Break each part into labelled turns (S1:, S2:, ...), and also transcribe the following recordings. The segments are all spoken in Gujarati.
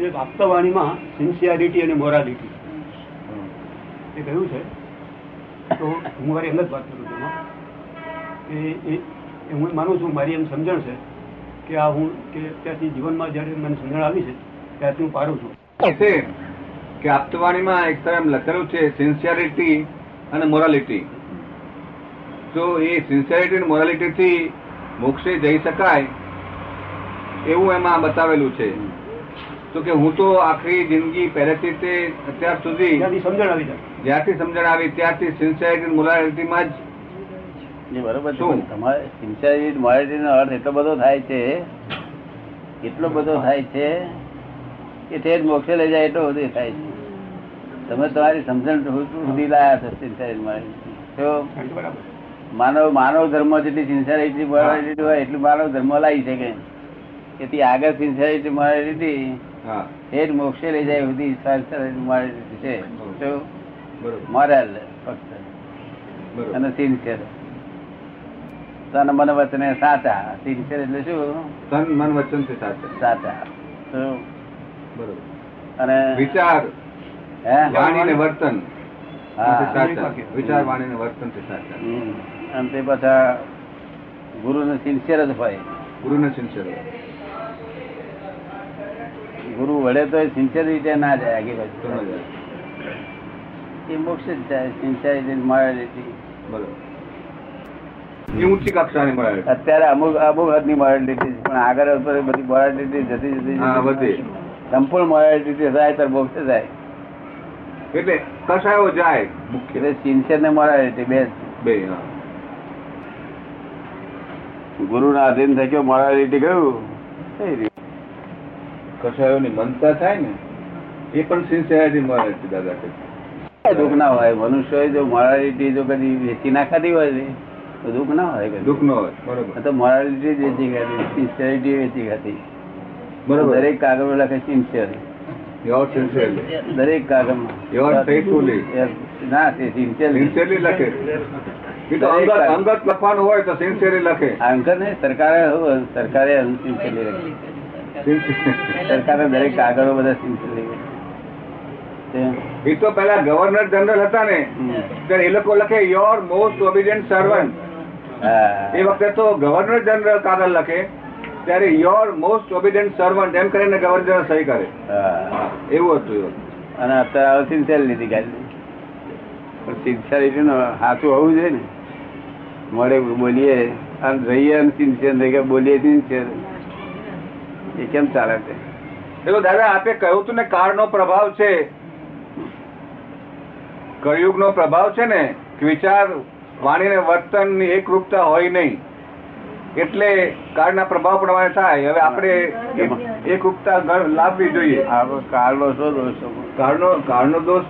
S1: જે વાસ્તવાણીમાં સિન્સિયારિટી અને મોરાલિટી એ કહ્યું છે તો હું મારી એમ જ વાત કરું છું એમાં. એ એ- એ હું માનું છું મારી એમ સમજણ છે કે આ હું કે ત્યાંથી જીવનમાં જ્યારે મને સમજણ આવી છે ત્યાંથી હું પારું છું
S2: છે કે આપતવાણીમાં એક તરફ લખેલું છે સિન્સિયરિટી અને મોરાલિટી તો એ સિન્સિયરિટી અને મોરાલિટીથી મોક્ષે જઈ શકાય એવું એમાં બતાવેલું છે તો કે હું તો આખરી જિંદગી પહેલેથી તે અત્યાર સુધી
S1: ત્યાંથી સમજણ આવી જાય
S2: જ્યારથી સમજણ આવી ત્યારથી સિન્સિયરિટી મોરાલિટીમાં જ
S3: જે બરોબર છે
S2: શું?
S3: પણ તમારે સિન્સિયરિટી મોરાલિટીનો અર્થ એટલો બધો થાય છે એટલો બધો થાય છે કે તે જ મોક્ષે લઈ જાય એટલો બધો થાય છે તમે તમારી સમજણ સુધી સુધી લાયા છો સિન્સિયરિટી મોરાલિટી તો
S1: કારણ કે બરાબર
S3: માનવ માનવ ધર્મ જેટલી સિન્સિયરિટી મોરાલિટી હોય એટલું માનવ ધર્મ લાવી શકે તેથી આગળ સિન્સિયરિટી મોરાલિટી
S2: હા
S3: એ જ મોક્ષે લઈ જાય સુધી સિન્સિયરિટી મોરાલિટી છે તો
S2: બરોબર
S3: મોરલ ફક્ત
S2: બરોબર
S3: અને સિન્સિયર તન મન વચને સાચા સિન્સિયર એટલે શું
S2: તન મન વચનથી સાચે
S3: સાચા શું?
S2: બરોબર
S3: અને
S2: વિચાર
S3: હે
S2: વાણી ને વર્તન
S3: હા.
S2: સાચા વિચાર વાણી ને વર્તન થી સાચા
S3: હમ. અને તે પાછા ગુરુને સિન્સિયર જ હોય
S2: ગુરુને સિન્સિયર
S3: ગુરુ વડે તો સિન્સિયર રીતે ના જાય આગી બાજુ
S2: બરોબર
S3: એ મોક્ષ જ જાય સિન્સિયરિટી
S2: એ
S3: મોરાલિટી
S2: ઊંચી કક્ષાની મળે
S3: અત્યારે અમુક અમુક હદની મોરાલિટી પણ આગળ ઉપર બધી મોરાલિટી જતી જતી
S2: હા
S3: જતી
S2: વધી
S3: સંપૂર્ણ મોરાલિટી થાય તો મોક્ષ જાય
S2: એટલે કસાયો જાય મુખ્ય
S3: એટલે સિન્સિયર ને મોરાલિટી બે જ.
S2: બે હા
S3: ગુરુ ના અધીન થઈ ગયો મોરાલિટી ગયું થઈ રહ્યું
S2: કસાયોની મનતા થાય ને એ પણ સિન્સિયરિટી મળે છે દાદા કહે છે.
S3: દુઃખ ના હોય મનુષ્ય જો મોરાલિટી જો કદી વેચી નાખાતી હોય ને તો દુઃખ ના હોય કદી.
S2: દુઃખ ન હોય બરોબર
S3: આ તો મોરાલિટી જ વેચી ખાતી સિન્સિયરિટી વેચી ખાતી
S2: બરોબર
S3: દરેક કાગળ લખે સિન્સિયર
S2: યોર સિન્સિયરલી
S3: દરેક કાગળમાં
S2: You are faithfully.
S3: Yes. ના તે sincere.
S2: સિન્સિયરલી લખે એ તો અંગત અંગત લખવાનું હોય તો સિન્સિયરલી લખે
S3: આ અંકલ ને સરકારે સરકારે unsincerely લખ્યું.
S2: Sincere.
S3: સરકારે દરેક કાગળો બધા sincerely લખ્યા.
S2: એ તો પેલા ગવર્નર જનરલ હતા ને
S3: હમ.
S2: ત્યારે એ લોકો લખે યોર મોસ્ટ ઓબિડિયન્ટ સર્વન્ટ
S3: હા.
S2: એ વખતે તો ગવર્નર જનરલ કાગળ લખે ત્યારે યોર મોસ્ટ ઓબિડિયન્ટ સર્વન્ટ એમ કરીને ગવર્નર જનરલ સહી કરે
S3: હા.
S2: એવું હતું એવું.
S3: અને અત્યારે આવે સિન્સિયર લીધી ગાડી પણ સિન્સિયરિટી નું સાચું હોવું જોઈએ ને મળે બોલીએ અને રહીએ અને સિન્સિયર રહી ગયા બોલીએ સિન્સિયર એ કેમ ચાલે તે
S2: એ તો દાદા આપે કહ્યું હતું ને કાળનો પ્રભાવ છે કળિયુગનો પ્રભાવ છે ને કે વિચાર વાણી ને વર્તનની એકરૂપતા હોય નહીં એટલે કાળના પ્રભાવ પ્રમાણે થાય હવે આપણે એક- એકરૂપતા ઘ- લાવવી જોઈએ
S3: આપણો કાળનો શું દોષ હતો?
S2: કાળનો કાળનો દોષ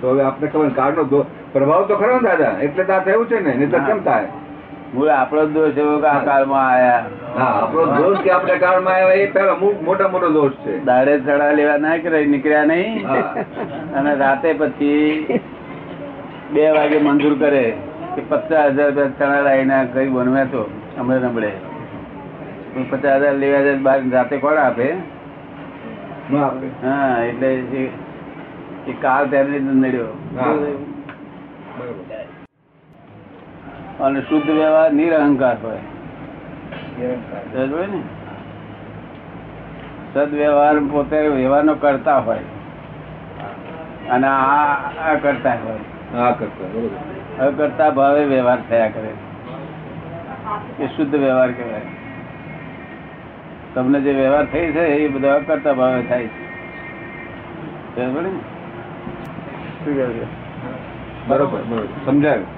S2: તો હવે આપણે ખબર ને, કાળનો દોષ પ્રભાવ તો ખરો ને દાદા એટલે તો આ થયું છે ને નહીં તો કેમ થાય
S3: મૂળ આપણો જ દોષ એવો કે આ કાળમાં આયા
S2: હા આપણો દોષ કે આપણે કાળમાં આવ્યા એ પહેલો મુ- મોટા મોટો દોષ છે
S3: દાડે ચડા લેવા ના કરે નીકળ્યા નહીં
S2: હા.
S3: અને રાતે પછી બે વાગે મંજૂર કરે કે પચાસ હજાર રૂપિયા ચણા લાવીને કઈ બનવે તો હમણે નબળે પણ પચાસ હજાર લેવા જાય બાર રાતે કોણ આપે
S2: ન આપે.
S3: હા એટલે એ- એ કાળ તેને જ નડ્યો
S2: હા. બરાબર.
S3: અને શુદ્ધ વ્યવહાર નિરહંકાર હોય સમજ પડી ને સદવ્યવહાર પોતે વ્યવહારનો કરતા હોય અને આ આ કરતા હોય
S2: હા કરતા બરાબર.
S3: કરતા ભાવે વ્યવહાર થયા કરે એ શુદ્ધ વ્યવહાર કહેવાય તમને જે વ્યવહાર થઈ છે એ બધા કરતા ભાવે થાય છે બરાબર ને? શું કહે છે?
S2: બરોબર બરોબર સમજાયું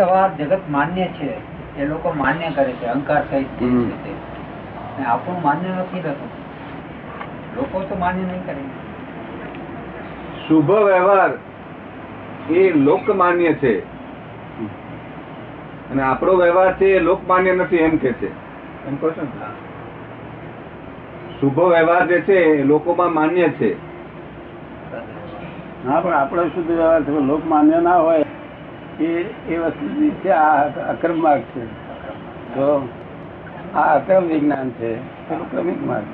S4: એવા જગત માન્ય છે એ લોકો માન્ય કરે છે અહંકાર સહિત જે
S2: હમ.
S4: છે તે. અને આપણું માન્ય નથી થતું લોકો તો માન્ય નહીં કરે
S2: શુભ વ્યવહાર એ લોકમાન્ય છે અને આપણો વ્યવહાર છે એ લોકમાન્ય નથી એમ કે છે એમ કહો છો ને? શુભ વ્યવહાર જે છે એ લોકોમાં માન્ય છે
S3: હા પણ આપણો શુદ્ધ વ્યવહાર છે લોક માન્ય ના હોય એ એ વસ્તુ જે છે આ અક્રમ માર્ગ છે તો આ અક્રમ વિજ્ઞાન છે પેલું ક્રમિક માર્ગ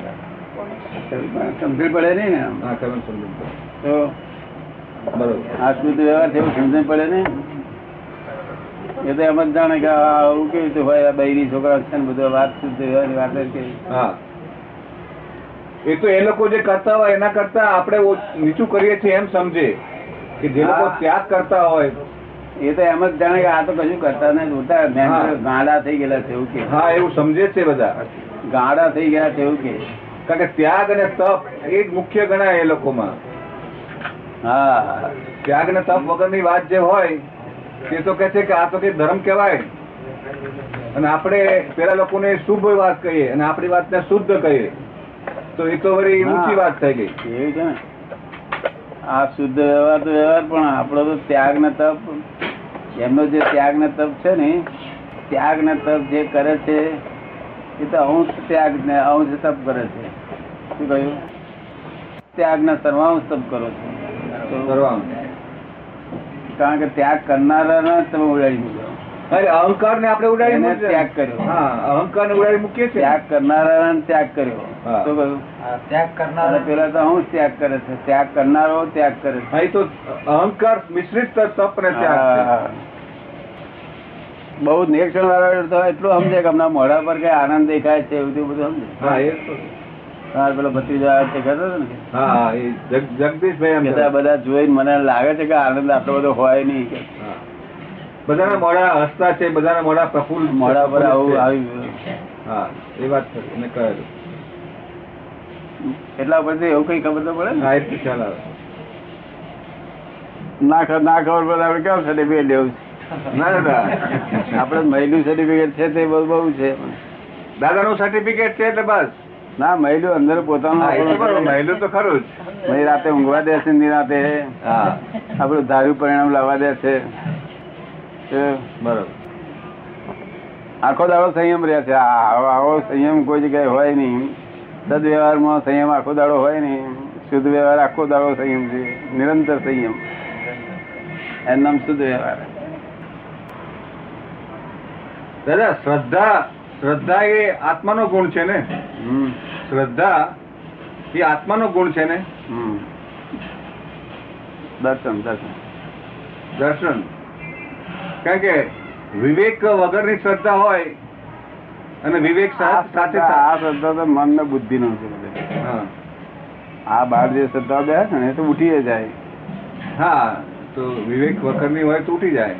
S3: છે ક્રમિક માર્ગ સમજણ પડે નહીં ને આમ.
S2: હા તમે સમજો
S3: તો
S2: બરોબર
S3: આ શુદ્ધ વ્યવહાર છે એવું સમજણ પડે ને એ તો એમ જ જાણે કે આ આવું કેવી રીતે હોય આ બૈરી છોકરા છે ને બધું વાત શુદ્ધ વ્યવહારની વાત જ કેવી
S2: હા એ તો એ લોકો જે કરતા હોય એના કરતા આપણે ઓ- નીચું કરીએ છીએ એમ સમજે કે જે લોકો
S3: હા.
S2: ત્યાગ કરતા હોય
S3: એ તો એમ જ જાણે કે આ તો કશું કરતા નથી ઉતા
S2: હા.
S3: ગાડા થઈ ગયેલા છે એવું કે
S2: હા એવું સમજે છે બધા
S3: ગાડા થઈ ગયા છે એવું કે
S2: કારણ કે ત્યાગ અને તપ એ જ મુખ્ય ગણાય એ લોકોમાં
S3: હા
S2: ત્યાગ અને તપ વગરની વાત જે હોય તે તો કહે છે કે આ તો કઈ ધર્મ કહેવાય અને આપણે પેલા લોકોને શુભ વાત કહીએ અને આપણી વાતને શુદ્ધ કહીએ તો એ તો વળી
S3: હા.
S2: ઊંચી વાત થઈ ગઈ
S3: એવું છે ને આ શુદ્ધ વ્યવહાર તો વ્યવહાર પણ આપણો તો ત્યાગ ને તપ એમનો જે ત્યાગ ને તપ છે ને ત્યાગ ને તપ જે કરે છે એ તો અંશ ત્યાગ ને અંશ તપ કરે છે શું કહ્યું ત્યાગ ને સર્વાંશ તપ કરો છો
S2: કરવાનું
S3: કારણ કે ત્યાગ કરનારા તમે ઉડાડી મૂકો
S2: અરે અહંકાર ને આપણે ઉડાડી
S3: એને
S2: મૂકીએ.
S3: ત્યાગ કર્યો.
S2: હા અહંકાર ને ઉડાડી મૂકીએ છીએ
S3: ત્યાગ કરનારા ત્યાગ કર્યો
S2: હા.
S3: શું કહ્યું
S4: આ ત્યાગ
S3: અને
S4: કરનાર
S3: પેલા તો હું ત્યાગ કરે છે ત્યાગ કરનારો ત્યાગ કરે છે
S2: હા, એ તો અહંકાર મિશ્રિત તપ ને ત્યાગ
S3: હા. બહુ જ નિરીક્ષણ વાળા તો એટલું સમજે કે હમણાં મોઢા પર કઈ આનંદ દેખાય છે એવું તેવું બધું સમજે
S2: છે હા એ તો
S3: તમારે પેલો ભત્રીજો આવ્યો તે કહેતો હતો ને
S2: હા હા, એ જગ- જગદીશભાઈ એમ
S3: કે
S2: કહેતા.
S3: બધા- બધા જોઈને મને લાગે છે કે આનંદ આટલો બધો હોય નહીં કે
S2: હા. બધાના મોઢા હસતા છે બધાના મોઢા પ્રફુલ્લ
S3: મોઢા પર આવું
S2: છે.
S3: આવી
S2: હા એ વાત છે એને કહેલું.
S3: એટલા પછી એવું કઈ ખબર તો પડે ને
S2: હા એ તો ખ્યાલ આવે
S3: ના ખ- ના ખબર પડે આપણે કેમ સર્ટિફિકેટ લેવું
S2: ના દાદા
S3: છે આપણે મહિલું સર્ટિફિકેટ છે તે બહુ બહુ છે
S2: દાદાનું સર્ટિફિકેટ છે એટલે બસ
S3: ના મહિલું અંદર પોતાનું
S2: હા, એ તો બરાબર.
S3: આપણું-
S2: મહિલું તો ખરું જ
S3: મહી રાતે ઊંઘવા દે છે ની રાતે
S2: હા
S3: આપણું ધાર્યું પરિણામ લાવવા દે છે તો
S2: બરોબર
S3: આખો દાડો સંયમ રહે છે આ- આવો આવો સંયમ કોઈ જગ્યાએ હોય નહીં સદવ્યવહારમાં સંયમ આખો દાડો હોય નહીં શુદ્ધ વ્યવહાર આખો દાડો સંયમ છે નિરંતર સંયમ એનું નામ શુદ્ધ વ્યવહાર
S2: દાદા શ્રદ્ધા શ્રદ્ધા એ આત્માનો ગુણ છે ને
S3: હમ
S2: શ્રદ્ધા એ આત્માનો ગુણ છે ને
S3: હમ દર્શન દર્શન
S2: દર્શન કારણ કે વિવેક વગરની શ્રદ્ધા હોય અને વિવેક
S3: આ
S2: સા- સાથે
S3: શ્રદ્ધા આ શ્રદ્ધા તો મન ને બુદ્ધિ નો છે બધે.
S2: હા.
S3: આ બાર જે શ્રદ્ધા બે છે ને એ તો ઉઠી જાય
S2: હા તો વિવેક વગરની હોય તો ઉઠી જાય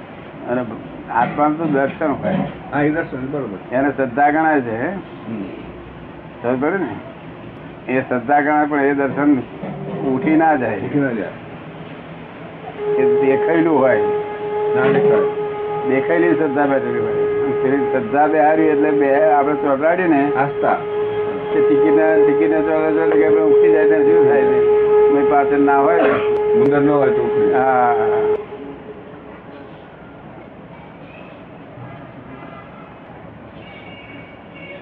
S3: અને આત્મા તો દર્શન હોય
S2: હા એ દર્શન બરોબર
S3: એને શ્રદ્ધા ગણાય છે
S2: હમ.
S3: ખબર પડી ને એ શ્રદ્ધા ગણાય પણ એ દર્શન ઉઠી ના જાય
S2: ઉઠી ના જાય
S3: એ દેખાયેલું હોય
S2: ના દેખાય.
S3: દેખાયેલી શ્રદ્ધા બેઠેલી હોય અને પેલી શ્રદ્ધા બેહારી એટલે બે આપણે ચોટાડી ને
S2: આસ્થા
S3: તે ટિકિટ ટિકિટ ચોટે ચોટે કે આપણે ઉઠી જાય ત્યારે શું થાય છે કોઈ પાછળ ના હોય ને.
S2: ઉંદર ન હોય તો ઉઠી જાય.
S3: હા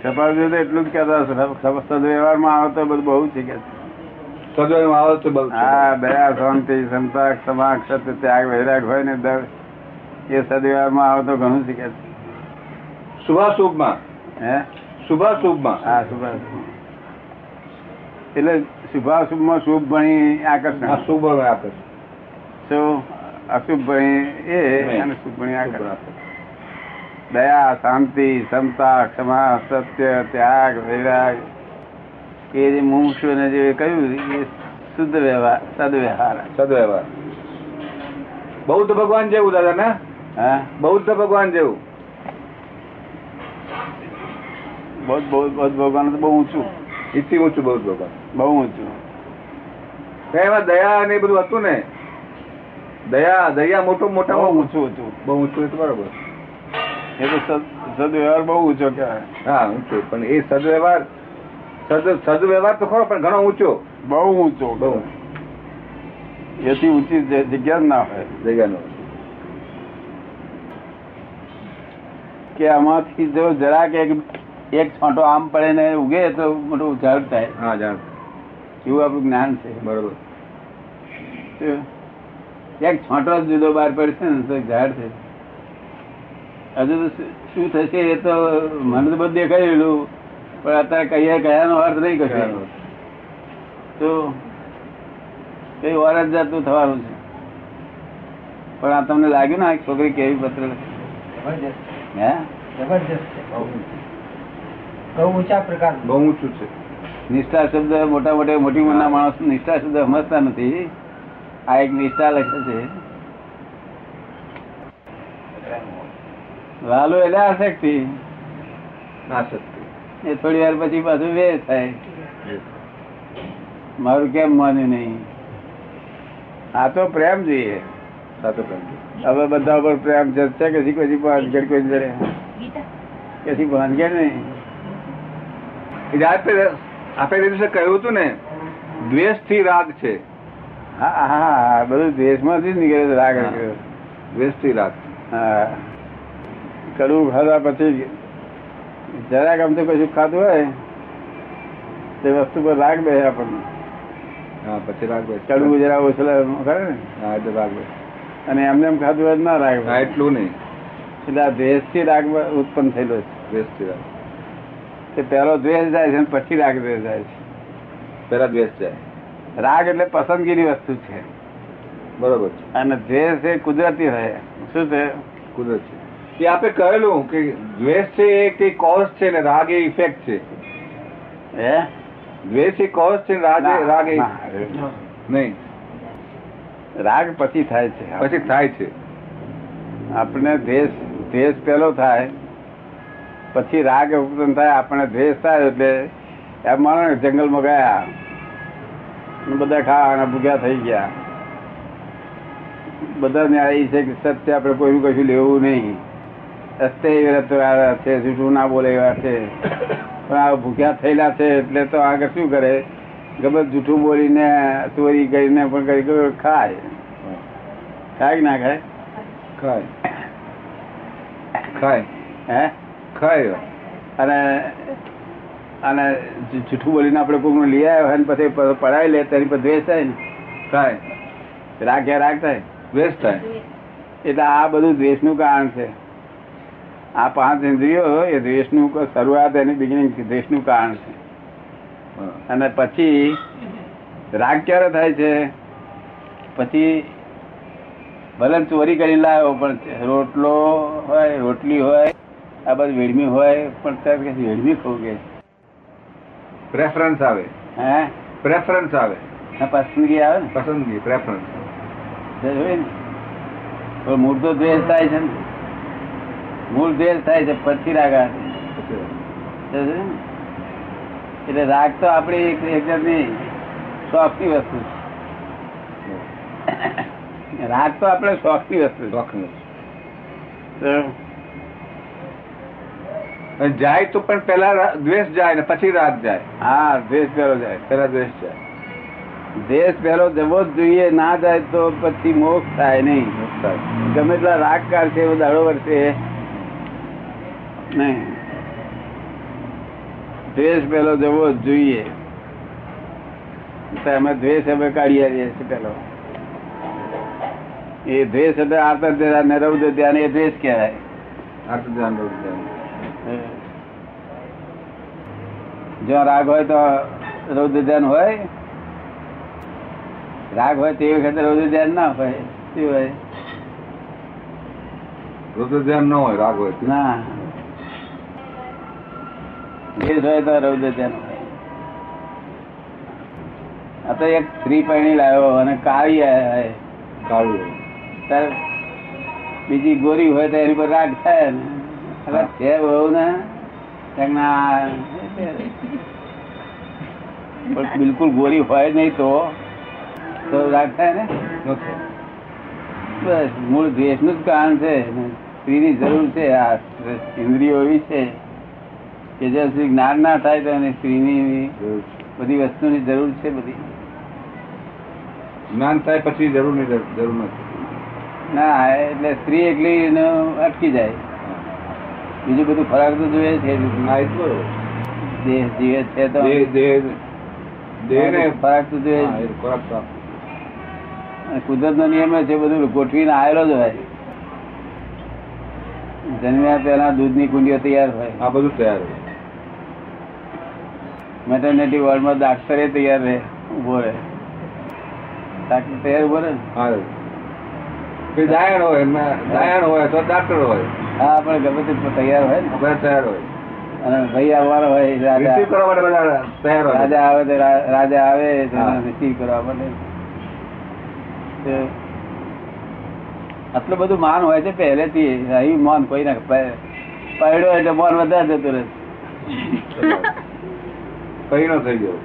S3: કપાળ જોઈ તો એટલું જ કહેતા હશે. સદ- સદવ્યવહારમાં આવે તો બધું બહુ શીખે છે
S2: સદોયમાં આવે તો બહુ
S3: હા દયા શાંતિ ક્ષમતા ક્ષમા ક્ષત ત્યાગ વૈરાગ હોય ને દર એ સદવ્યવહારમાં આવે તો ઘણું શીખે છે
S2: શુભાશુભમાં
S3: હે
S2: શુભાશુભમાં
S3: હા શુભાશુભ એટલે શુભાશુભમાં શુભ ભણી
S2: આ
S3: આકર્ષણ
S2: શુભ હવે આપે છે.
S3: શું અશુભ ભણી એ અને શુભ ભણી
S2: શુભ
S3: આકર્ષણ
S2: આપે છે.
S3: દયા શાંતિ ક્ષમતા ક્ષમા સત્ય ત્યાગ વૈરાગ એ જે મુમુક્ષુને જે કહ્યું એ શુદ્ધ વ્યવહાર સદવ્યવહાર
S2: સદોયમાં. બૌદ્ધ ભગવાન જેવું દાદા ને
S3: હા
S2: બૌદ્ધ ભગવાન જેવું
S3: બહુ જ- બહુ જ- બહુ જ ભગવાન તો બહુ ઊંચું
S2: ઈથી ઊંચું બૌદ્ધ ભગવાન
S3: બહુ ઊંચું
S2: તો એમાં દયા ને એ બધું હતું ને દયા દયા મોટું મોટા
S3: બહુ ઊંચું હતું
S2: બહુ ઊંચું એ તો બરોબર
S3: એ તો સદ- સદવ્યવહાર બહુ ઊંચો કહેવાય
S2: હા ઊંચું પણ એ સદવ્યવહાર સદ સદવ્યવહાર તો ખરો પણ ઘણો ઊંચો
S3: બહુ ઊંચો
S2: બહુ
S3: એથી ઊંચી જ- જગ્યા જ ના હોય
S2: જગ્યાનો
S3: કે આમાંથી જો જરાક એક એક છોટો આમ પડે ને ઉગે તો મોટું ઉજાડ થાય
S2: હા જાણ
S3: એવું આપણું જ્ઞાન છે
S2: બરોબર
S3: એક છોટો જ જુદો બહાર પડશે ને તો એક ઝાડ છે હજુ તો શું- શું થશે એ તો મને તો બધું દેખાયેલું પણ અત્યારે કહીએ કયાનો અર્થ નહીં કહેવાનો તો કઈ વાર જ જાતું થવાનું છે પણ આ તમને લાગ્યું ને આ છોકરી કેવી પત્ર
S4: જબરજસ્ત
S3: હે
S4: જબરજસ્ત છે બહુ બહુ ઊંચા પ્રકાર
S2: બહુ ઊંચું છે
S3: નિષ્ઠા શબ્દ મોટા મોટા મોટી મોટા માણસ નિષ્ઠા શબ્દ સમજતા નથી આ એક નિષ્ઠા લખે છે વાલો એટલે આસક્તિ
S2: ના સત્ય
S3: એ થોડી વાર પછી પાછું વે થાય મારું કેમ માન્યું નહીં આ તો પ્રેમ જોઈએ
S2: સાથે પ્રેમ
S3: હવે બધા ઉપર પ્રેમ જશે કે શી પછી ભાનગડ કોઈ જડે કે શી ભાનગડ નહીં
S2: એ રાત પે- આપણે એ દિવસે કહ્યું હતું ને દ્વેષ થી રાગ છે
S3: હા હા, હા હા, બધું દેશમાંથી જ નીકળે છે રાગ
S2: હા. દ્વેષ થી રાગ
S3: હા કડવું ખાધા પછી જ જરાક આમ તો કશું ખાધું હોય તે વસ્તુ પર રાગ બે આપણને
S2: હા પછી રાગ બેસે.
S3: કડવું જરા ઓછલા કરે ને
S2: હા એટલે રાગ બેસે.
S3: અને એમને એમ ખાધું હોય તો ના રાગ
S2: હા
S3: બેસે.
S2: એટલું નહીં
S3: એટલે આ દ્વેષથી રાગ ઉત્પન્ન થયેલો છે
S2: દ્વેષ થી રાગ
S3: તે પહેલો દ્વેષ જાય છે અને પછી રાગ દ્વેષ જાય છે
S2: પેલા દ્વેષ જાય
S3: રાગ એટલે પસંદગીની વસ્તુ છે
S2: બરોબર છે
S3: અને દ્વેષ એ કુદરતી રહે શું છે
S2: કુદરત છે એ આપણે કહેલું કે દ્વેષ છે એ કઈ કોઝ છે ને રાગ એ ઇફેક્ટ છે
S3: હે
S2: દ્વેષ એ કોઝ છે ને રાગ એ- રાગ એ
S3: ના, ના.
S2: નહીં
S3: રાગ પછી થાય છે
S2: પછી થાય છે
S3: આપણે દ્વેષ દ્વેષ પહેલો થાય પછી રાગ ઉત્પન્ન થાય આપણે દ્વેષ થાય એટલે એમ માનો ને જંગલમાં ગયા અને બધા ખાવાના ભૂખ્યા થઈ ગયા બધાને આ ઈ છે કે સત્ય આપણે કોઈનું કશું લેવું નહીં સત્ય રતવાળા છે જૂઠું ના બોલે એવા છે પણ આ ભૂખ્યા થયેલા છે એટલે તો આગળ શું કરે ગમે જૂઠું બોલીને ચોરી કરીને પણ કરી કરી ખાય ખાય કે ના ખાય
S2: ખાય ખાય
S3: હે
S2: ખાય
S3: અને અને જૂ- જૂઠું બોલીને આપણે કોઈનું લઈ આવ્યો હોય ને પછી પ- પડાવી લે તેની પર દ્વેષ થાય ને
S2: ખાય
S3: રાગ ઘેર રાગ થાય
S2: દ્વેષ થાય
S3: એટલે આ બધું દ્વેષનું કારણ છે આ પાંચ ઇન્દ્રિયો એ દ્વેષનું ક- શરૂઆત એની બિગિનિંગ દ્વેષનું કારણ છે
S2: હા.
S3: અને પછી રાગ ક્યારે થાય છે પછી ભલે ચોરી કરી લાવ્યો પણ રોટલો હોય રોટલી હોય આ બધું વેડમી હોય પણ ત્યારે કે વેડમી ખવું કે
S2: પ્રેફરન્સ આવે
S3: હે
S2: પ્રેફરન્સ આવે
S3: આ પસંદગી આવે ને
S2: પસંદગી પ્રેફરન્સ
S3: પણ મૂળ તો દ્વેષ થાય છે ને મૂળ દ્વેષ થાય છે પછી રાગ આવે છે. સમજ્યો ને? એટલે રાગ તો આપણી એક એક જાતની શોખની વસ્તુ છે રાગ તો આપણે શોખની વસ્તુ છે તો
S2: અને જાય તો પણ પેલા રા- દ્વેષ જાય ને પછી રાગ જાય
S3: હા દ્વેષ પહેલો જાય
S2: પેલા દ્વેષ જાય
S3: દ્વેષ પહેલો જવો જ જોઈએ ના જાય તો પછી મોક્ષ થાય નહીં
S2: નુકસાન.
S3: ગમે એટલા રાગ કાઢશે એવો દાડો વર્ષે નહીં દ્વેષ પેલો જવો જ જોઈએ તો અમે દ્વેષ અમે કાઢી આવીએ છીએ પેલો એ દ્વેષ એટલે આર્તર ધ્યાન ને રૌદ્ર ધ્યાન એ દ્વેષ કહેવાય
S2: આ તો ધ્યાન રાખવું, ધ્યાન.
S3: જો રાગ હોય તો રૌદ્ર ધ્યાન હોય રાગ હોય તે વખતે રૌદ્ર ધ્યાન ના હોય શું હોય
S2: રુદ્ર ધ્યાન ન હોય રાગ હોય તો.
S3: ના જે જોઈએ તો રૌદ્ર ધ્યાન આ તો એક સ્ત્રી પરણી લાવ્યો અને કાળી આવે
S2: કાળું હોય.
S3: તાર બીજી ગોરી હોય તો એની પર રાગ થાય ને હવે છે બહુ ને કંઈક ના પણ બિલકુલ ગોરી હોય નહીં તો તો રાગ થાય ને
S2: નથી.
S3: બસ મૂળ દ્વેષનું જ કારણ છે સ્ત્રીની જરૂર છે આ ઇન્દ્રિયો એવી છે કે જ્યાં સુધી જ્ઞાન ના થાય તો એને સ્ત્રીની
S2: જરૂર છે.
S3: બધી વસ્તુની જરૂર છે બધી
S2: જ્ઞાન થાય પછી જરૂર નહીં જરૂર નથી
S3: ના એટલે સ્ત્રી એકલી એનો અટકી જાય
S2: હા.
S3: બીજું બધું ખોરાક તો જોઈએ છે
S2: હા, એ જ બરોબર.
S3: દેહ જીવે છે તો
S2: દેહ- દેહ- દેહને-
S3: ખોરાક તો જોઈએ
S2: હા, એ ખોરાક તો આપે.
S3: કુદરત નો નિયમ એ છે બધું ગોઠવીને આવેલો જ હોય જન્મ્યા પહેલા દૂધની કુંડીઓ તૈયાર હોય
S2: આ બધું તૈયાર હોય
S3: મેટરનિટી વોર્ડમાં દાક્ષરે તૈયાર રહે ઉભો રહે ડાક્ટર તૈયાર ઉભો રહે ને?
S2: હા કોઈ દાયણ હોય એમના- દાયણ હોય અથવા ડાક્ટર હોય
S3: હા પણ ગમે તે તૈયાર હોય ને
S2: બધા તૈયાર હોય
S3: અને ભાઈ આવવાનો હોય રાજા
S2: રિસીવ કરવા માટે બધા તૈયાર હોય
S3: રાજા આવે તો રા- રાજા આવે તો
S2: હા.
S3: રિસીવ કરવા માટે તો આટલું બધું માન હોય છે પહેલેથી અહીં માન કોઈ ના પ- પડ્યો એટલે માન વધારે જતું રહે
S2: કઈ ન થઈ ગયો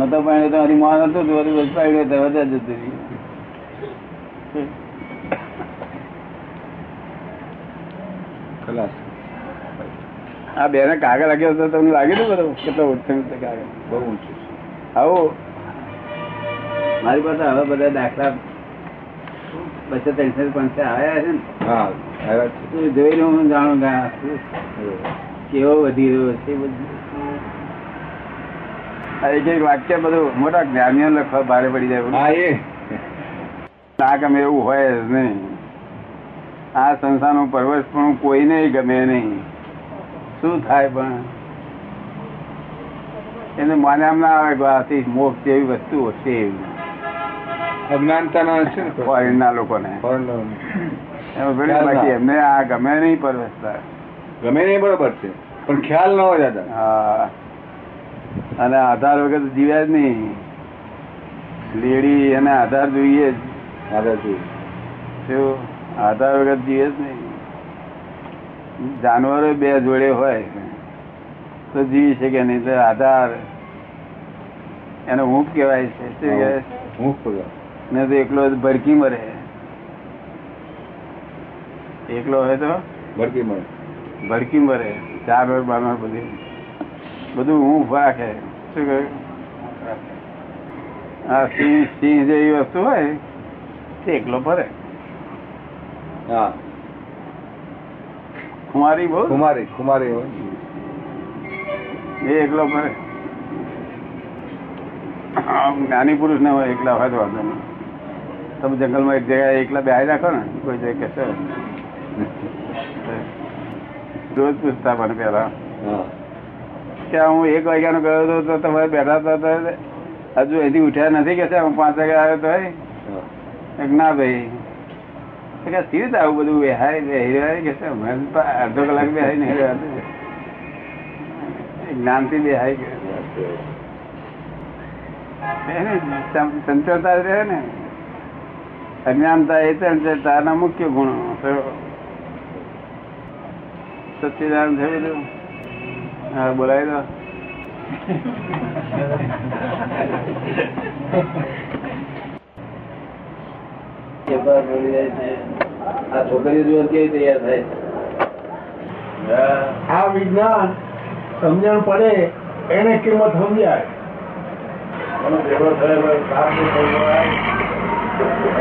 S3: નતો પડ્યો તો હજી માન હતું તો હજી પડ્યો તો વધારે જતું રહ્યું
S2: ખલાસ
S3: આ બેને કાગળ લાગ્યો તો તમને લાગ્યું હતું બધું કેટલો ઉઠ્યો કાગળ
S2: બહુ ઊંચું છે.
S3: આવો મારી પાસે હવે બધા દાખલા બસો ત્રણસો પાંચસો આવ્યા છે ને
S2: હા આવ્યા છે.
S3: તો જોઈને હું જાણું કે આ શું કેવો વધી રહ્યો છે એ બધું આ એક એક વાક્ય બધું મોટા જ્ઞાનીઓ લખવા ભારે પડી જાય
S2: હા એ
S3: ના ગમે એવું હોય જ નહીં આ સંસારનું પરવશ પણ કોઈને ગમે નહીં શું થાય પણ એને મને એમ ના આવે કે આથી મોક્ષ જેવી વસ્તુ હશે એવી
S2: અજ્ઞાનતાના છે ને
S3: ફોરેનના લોકોને
S2: ફોરેનના.
S3: એમાં ઘણી બાકી એમને આ ગમે નહીં પરવશતા
S2: ગમે નહીં બરોબર છે પણ ખ્યાલ ન હોય દાદા
S3: હા અને આધાર વગર તો જીવ્યા જ નહીં લેડી અને આધાર જોઈએ જ
S2: દાદાજી
S3: શું? આધાર વગર જીવે જ નહીં જાનવરો બે જોડે હોય તો જીવી શકે નહીં તો આધાર એને ઊંઘ કહેવાય છે શું કહેવાય?
S2: હું ખુદા.
S3: ને તો એકલો જ ભડકી મરે એકલો હોય તો
S2: ભરતી મળે
S3: ભડકી મરે જાનવર બાનવર બધી બધું ઊંઘ રાખે શું કહ્યું આ સિંહ સિંહ જેવી વસ્તુ હોય તે એકલો ફરે
S2: હા
S3: ખુમારી બહુ
S2: કુમારી કુમારી હોય
S3: એ એકલો ફરે આમ જ્ઞાની પુરુષ ને હોય એકલા હોય તો વાંધો નહીં તમે જંગલમાં એક જગ્યાએ એકલા બેહાઈ રાખો ને કોઈ જગ્યાએ કહેશે રોજ પૂછતા મને પહેલા
S2: હા
S3: કે હું એક વાગ્યાનો ગયો હતો તો તમારે બેઠા હતા તો હજુ અહીંથી ઉઠ્યા નથી કે છે હું પાંચ વાગે આવ્યો તો હોય?
S2: હા.
S3: મેં કીધું, ના ભાઈ મેં કીધું, શી રીતે આવું બધું વેહાય વેહી રહ્યા કે છે? મેં કીધું, પા- અડધો કલાક બેહાય ને હેરાન થઈ જાય. જ્ઞાનથી બેહાય ગયો. એને ચં- ચંચળતા જ રહે ને અજ્ઞાનતા એ ચંચળતાના મુખ્ય ગુણો તો સચ્ચિદાન છે બધું હા બોલાવી દો આ છોકરીઓ જુઓ કેવી તૈયાર થાય છે
S5: આ વિજ્ઞાન સમજણ પડે એને કિંમત સમજાય
S3: એનો ભેગો થયો હોય, સાપ નો ભેગો હોય,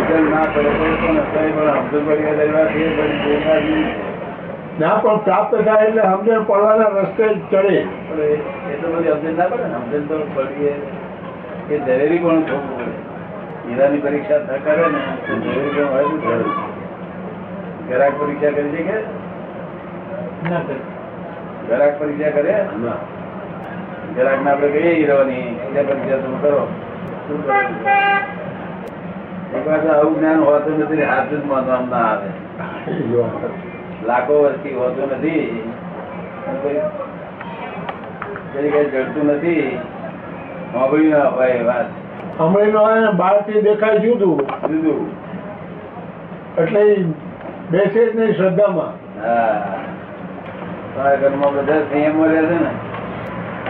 S3: વજન ના પડે તો પણ હસાય, પણ અબ્દુલ બડી દરબાર છે, પણ ગોપાલજી,
S5: ના પણ પ્રાપ્ત થાય એટલે સમજણ પડવાના રસ્તે જ ચડે
S3: પણ એ- એ તો બધી અબ્દુલ ના પડે ને, અબ્દુલ તો પડીએ, એ ઝવેરી પણ થોડું પડે. હીરાની પરીક્ષા થ- કરે ને તો ઝવેરી પણ હોય ને ઝવેરી. ઘરાક પરીક્ષા કરી છે કે ઘરાક પરીક્ષા કરે ઘરાક ને આપડે કહીએ હીરોની એટલે પરીક્ષા તમે કરો શું કરો એક વાર તો આવું જ્ઞાન હોતું નથી હાથ જ માનવામાં ના આવે લાખો વર્ષથી હોતું નથી અને કોઈ કોઈ કઈ જડતું નથી સાંભળી ના હોય એ વાત
S5: હમણાં બહારથી દેખાય જુદું
S3: જુદું
S5: એટલે ઈ બેસે જ નહીં શ્રદ્ધામાં
S3: હા તમારા ઘરમાં બધા સંયમો રહે છે ને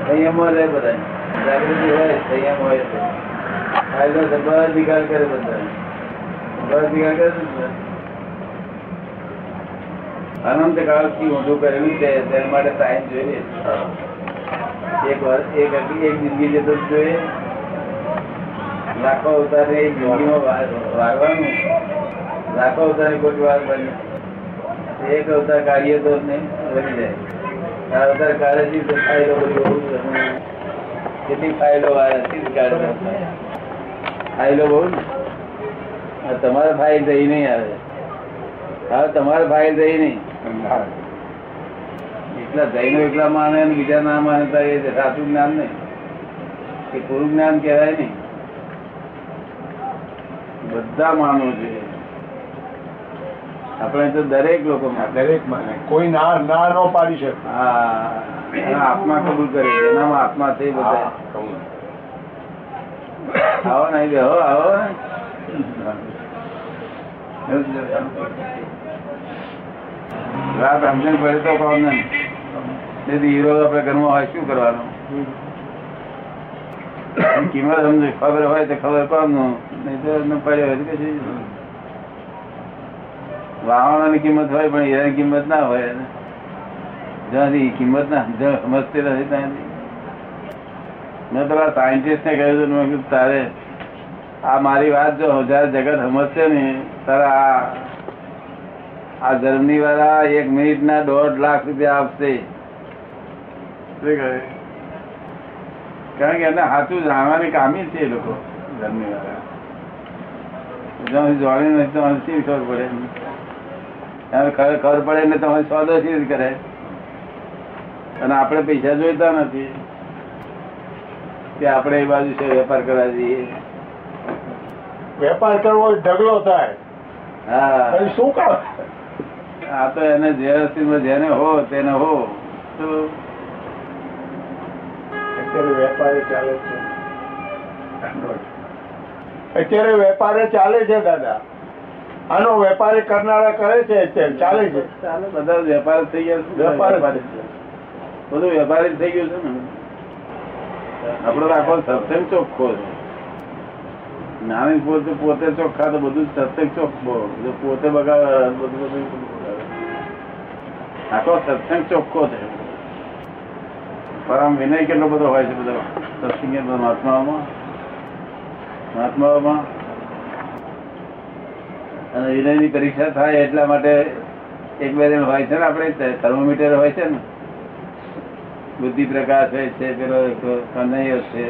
S3: સંયમો રહે બધા જાગૃતિ હોય સંયમ હોય છે ફાયદો છે બધિકાર કરે બધા બધિકાર કરે છે બધા. અનંત કાળથી ઊંધું કરેલું છે તેના માટે ટાઈમ જોઈએ એક વર્ષ એક એક જિંદગી જતો જ જોઈએ લાખો અવતાર એક જિંદગીમાં વાર- વારવાનું લાખો અવતાર કોઈ વાર બની એક અવતાર કાઢીએ તો ને બની જાય આ અવતાર કાઢે છે તો ફાયદો બધો બહુ જ અને કેટલી ફાયદો વાળે છે તે કાઢે છે. ફાયદો બહુ ને આ તમારો ફાયલ રહી નહીં આવે હા તમારો ફાયલ રહી નહીં
S2: સમજાય
S3: એકલા જૈનો એકલા માને અને બીજા ના માનતા એ સાચું જ્ઞાન નહીં એ પૂરું જ્ઞાન કહેવાય નહીં બધા માનવું છે આપણે તો દરેક લોકો માને
S5: દરેક માને કોઈ ના ના ન પાડી શકે
S3: હા એના આત્મા કબૂલ કરે છે એનામાં આત્મા છે એ બધા આવો નહીં બેહો આવો ને રાત સમજણ પડે તો કહો ને તેથી હીરો આપણે ઘરમાં હોય શું કરવાનું એની કિંમત સમજે ખબર હોય તો ખબર કોમનું નહીં તો એમને પડ્યો હોય તો કશું વાવણાની કિંમત હોય પણ હીરાની કિંમત ના હોય જ્યાંથી કિંમત ના સમજણ સમજતી નથી ત્યાંથી મેં પેલા સાયન્ટિસ્ટ ને કહ્યું હતું મેં કીધું તારે આ મારી વાત જો હજાર જગત સમજશે ને તારા આ આ જર્મની વાળા એક મિનિટ ના દોઢ લાખ રૂપિયા આપશે શું કહે? કારણ કે એને સાચું જાણવાની કામી છે એ લોકો જર્મની વાળા જ્યાં જોડે નથી તો શી ખબર પડે એને ખબર ખબર પડે એટલે તમારે સોદો શી રીતે કરે અને આપણે પૈસા જોઈતા નથી કે આપણે એ બાજુ છે વેપાર કરવા જઈએ
S5: વેપાર કરવો હોય ઢગલો થાય
S3: હા
S5: પછી શું કામ
S3: આ તો એને જે અસ્તિત્વ જેને હો તેને હો તો
S5: અત્યારે વેપારે ચાલે છે અત્યારે વેપારે ચાલે છે દાદા આનો વેપારી કરનારા કરે છે અત્યારે ચાલે છે
S3: ચાલે બધા વેપાર થઈ ગયા છે.
S5: વેપાર જ.
S3: બધું વેપાર જ થઈ ગયું છે ને આપણો આખો સત્સંગ ચોખ્ખો છે નાની પોતે પોતે ચોખ્ખા તો બધું જ સત્સંગ ચોખ્ખો જો પોતે બગાડ બધું બધું બગાડે. આખો સત્સંગ ચોખ્ખો છે પરમ વિનય કેટલો બધો હોય છે બધો સત્સંગ કેટલો મહાત્માઓમાં મહાત્માઓમાં અને વિનયની પરીક્ષા થાય એટલા માટે એક બે જણ હોય છે ને આપણે થર્મોમીટર હોય છે ને બુદ્ધિ પ્રકાશ હોય છે પેલો એક કનૈયો છે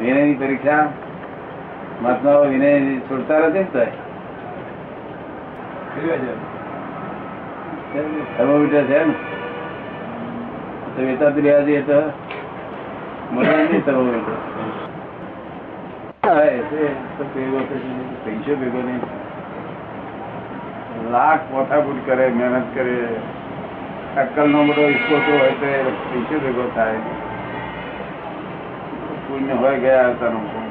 S3: વિનયની પરીક્ષા મહાત્માઓ વિનય છોડતા નથી ને તોય. થર્મોમીટર છે ને તો વેતા રહ્યા જઈએ તો મળે નહીં થર્મોમીટર હા, એ છે. તો ભેગો થશે નહીં. પૈસો ભેગો નહીં લાખ પોટાપૂટ કરે મહેનત કરે અક્કલ નો બધો ઇસ્કોતો હોય તો એ પૈસો ભેગો થાય પુણ્ય હોય ગયા આવતા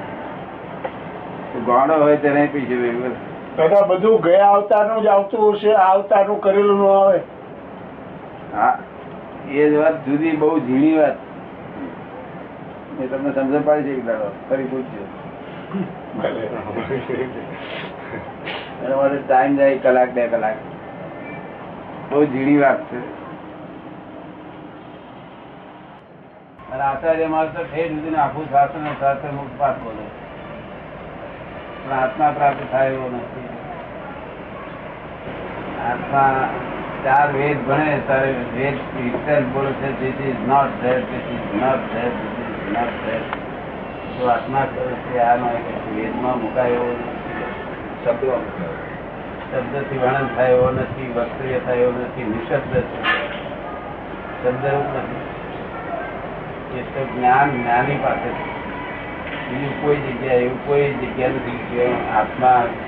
S3: ગાંડો હોય તેને પૈસો ભેગો થાય.
S5: દાદા બધું ગયા આવતાનું જ આવતું હશે આ આવતાનું કરેલું ન આવે
S3: હા એ જ વાત જુદી બહુ ઝીણી વાત એ તમને સમજણ પાડી છે એક દાડો ફરી પૂછજો એના માટે ટાઈમ જાય કલાક બે કલાક બહુ ઝીણી વાત છે અને આચાર્ય માણસ તો ઠેર સુધી આખું શાસ્ત્ર ને શાસ્ત્ર મુખ પાઠ બોલે પણ આત્મા પ્રાપ્ત થાય એવો નથી આત્મા ચાર વેદ ભણે તારે વેદ ઇટસેલ્ફ બોલે છે this is not that this is not that this is not that તો આત્મા કરે છે આ નો વેદમાં મુકાય એવો નથી શબ્દો શબ્દથી વર્ણન થાય એવો નથી વક્તવ્ય થાય એવો નથી નિશબ્દ છે શબ્દરૂપ નથી એ તો જ્ઞાન જ્ઞાની પાસે છે. બીજું કોઈ જગ્યાએ એવું કોઈ જગ્યા નથી કે આત્મા જે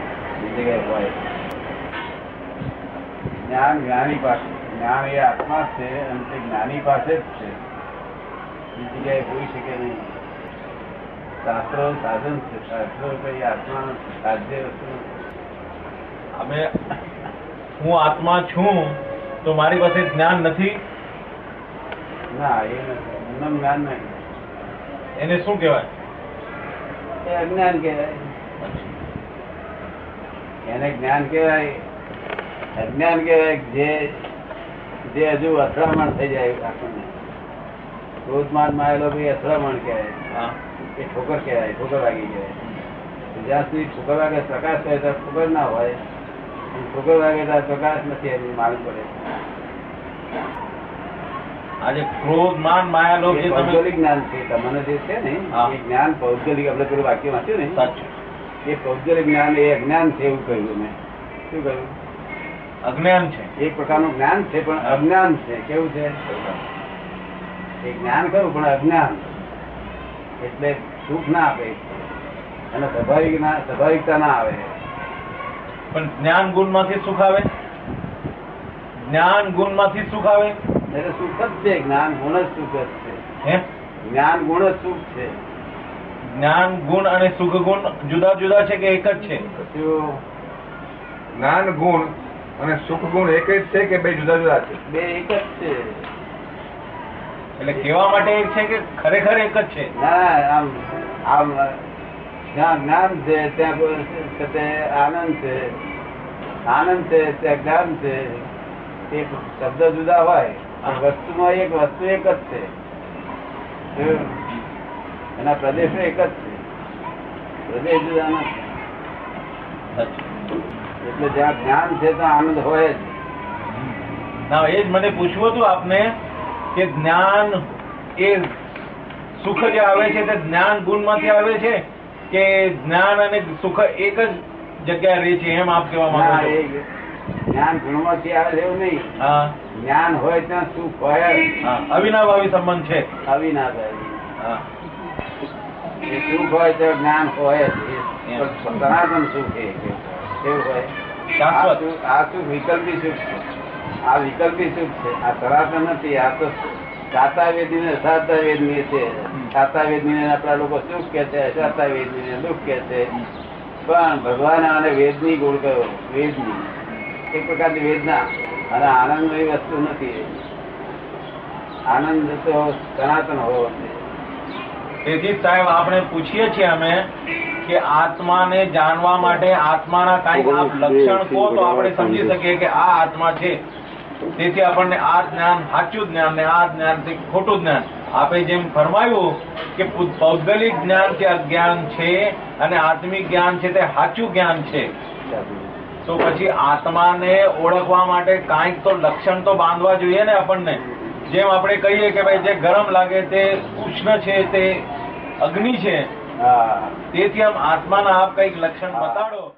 S3: જગ્યાએ હોય જ્ઞાન જ્ઞાની પાસે જ્ઞાન એ આત્મા જ છે અને તે જ્ઞાની પાસે જ છે બીજી જગ્યાએ હોઈ શકે નહીં શાસ્ત્રો સાધન છે શાસ્ત્રો કઈ આત્મા સાધ્ય વસ્તુ નથી
S6: અમે હું આત્મા છું તો મારી પાસે જ્ઞાન નથી
S3: ના એ નથી. એમનેમ જ્ઞાન નહીં
S6: એને શું કહેવાય
S3: એ અજ્ઞાન કહેવાય એને જ્ઞાન કહેવાય અજ્ઞાન કહેવાય જે જે હજુ અથડામણ થઈ જાય આપણને ક્રોધમાન માં આવેલો ભાઈ અથડામણ કહેવાય એ ઠોકર કહેવાય ઠોકર વાગી કહેવાય જ્યાં સુધી ઠોકર વાગે પ્રકાશ થાય ત્યાં ઠોકર ના હોય અને ઠોકર વાગે ત્યાં પ્રકાશ નથી એની માલુમ પડે
S6: આજે ક્રોધ માન માયા લોભ
S3: એ
S6: જે તમે
S3: ભૌગોલિક જ્ઞાન છે તમને જે છે ને
S6: હા.
S3: એ જ્ઞાન ભૌગોલિક આપણે પેલું વાક્ય વાંચ્યું ને
S6: સાચું
S3: એ ભૌગોલિક જ્ઞાન એ અજ્ઞાન છે એવું કહ્યું મેં શું કહ્યું
S6: અજ્ઞાન છે
S3: એક પ્રકારનું જ્ઞાન છે પણ અજ્ઞાન છે કેવું છે એ જ્ઞાન ખરું પણ અજ્ઞાન એટલે સુખ ના આપે અને સ્વાભાવિક ના સ્વાભાવિકતા ના આવે
S6: પણ જ્ઞાન ગુણમાંથી સુખ આવે જ્ઞાન ગુણમાંથી સુખ આવે
S3: એટલે સુખ જ છે જ્ઞાન ગુણ જ સુખ જ છે
S6: હે
S3: જ્ઞાન ગુણ જ સુખ છે
S6: જ્ઞાન ગુણ અને સુખ ગુણ જુદા જુદા છે કે એક જ છે
S3: જો
S2: જ્ઞાન ગુણ અને સુખ ગુણ એક જ છે કે બે જુદા જુદા છે
S3: બે એક જ છે
S6: એટલે કહેવા માટે એક છે કે ખરેખર એક જ છે
S3: ના આમ આમ જ્યાં જ્ઞાન છે ત્યાં કોઈ છે તે આનંદ છે આનંદ છે ત્યાં જ્ઞાન છે એ શબ્દ જુદા હોય પણ વસ્તુમાં એક વસ્તુ એક જ છે જો, એના પ્રદેશો એક જ છે પ્રદેશ જુદા નથી એટલે જ્યાં જ્ઞાન છે ત્યાં આનંદ હોય જ
S6: ના એ જ મને પૂછવું હતું આપને કે જ્ઞાન એ સુખ જે આવે છે તે જ્ઞાન ગુણમાંથી આવે છે કે જ્ઞાન અને સુખ એક જ જગ્યાએ રહે છે એમ આપ કહેવા માંગો
S3: ના,
S6: છો
S3: એ જ્ઞાન ગુણમાંથી આવે છે એવું નહીં
S6: હા
S3: જ્ઞાન હોય ત્યાં સુખ હોય જ
S6: હા અવિનાભાવી સંબંધ છે
S3: અવિનાશ આવી
S6: હા
S3: એ સુખ હોય તો જ્ઞાન હોય જ. એ પણ સનાતન સુખ એ છે. કેવું હોય આ
S6: શાશ્વત.
S3: સુખ- આ સુખ વિકલ્પી સુખ છે આ વિકલ્પી સુખ છે આ સનાતન નથી આ તો સાતાવેદી ને અસાતાવેદી છે સાતાવેદી ને આપણા લોકો સુખ કે છે અસાતાવેદી ને દુઃખ કે છે પણ ભગવાન આને વેદની ગુણ કયો વેદની એક પ્રકારની વેદના અને આનંદ એવી વસ્તુ નથી આનંદ તો સનાતન હોવો જોઈએ
S6: તેથી જ સાહેબ આપણે પૂછીએ છીએ અમે કે આત્માને જાણવા માટે આત્માના કાંઈક આપ લક્ષણ કહો તો આપણે સમજી શકીએ કે આ આત્મા છે તેથી આપણને આ જ્ઞાન સાચું જ્ઞાન ને આ જ્ઞાન થી ખોટું જ્ઞાન આપે જેમ ફરમાયું કે પુ- ભૌગોલિક જ્ઞાન કે અજ્ઞાન છે અને આત્મિક જ્ઞાન છે તે સાચું જ્ઞાન છે તો પછી આત્માને ઓળખવા માટે કાંઈક તો લક્ષણ તો બાંધવા જોઈએ ને આપણને જેમ આપણે કહીએ કે ભાઈ જે ગરમ લાગે તે ઉષ્ણ છે તે અગ્નિ છે
S3: હા
S6: તેથી આમ આત્માના આપ કંઈક લક્ષણ બતાડો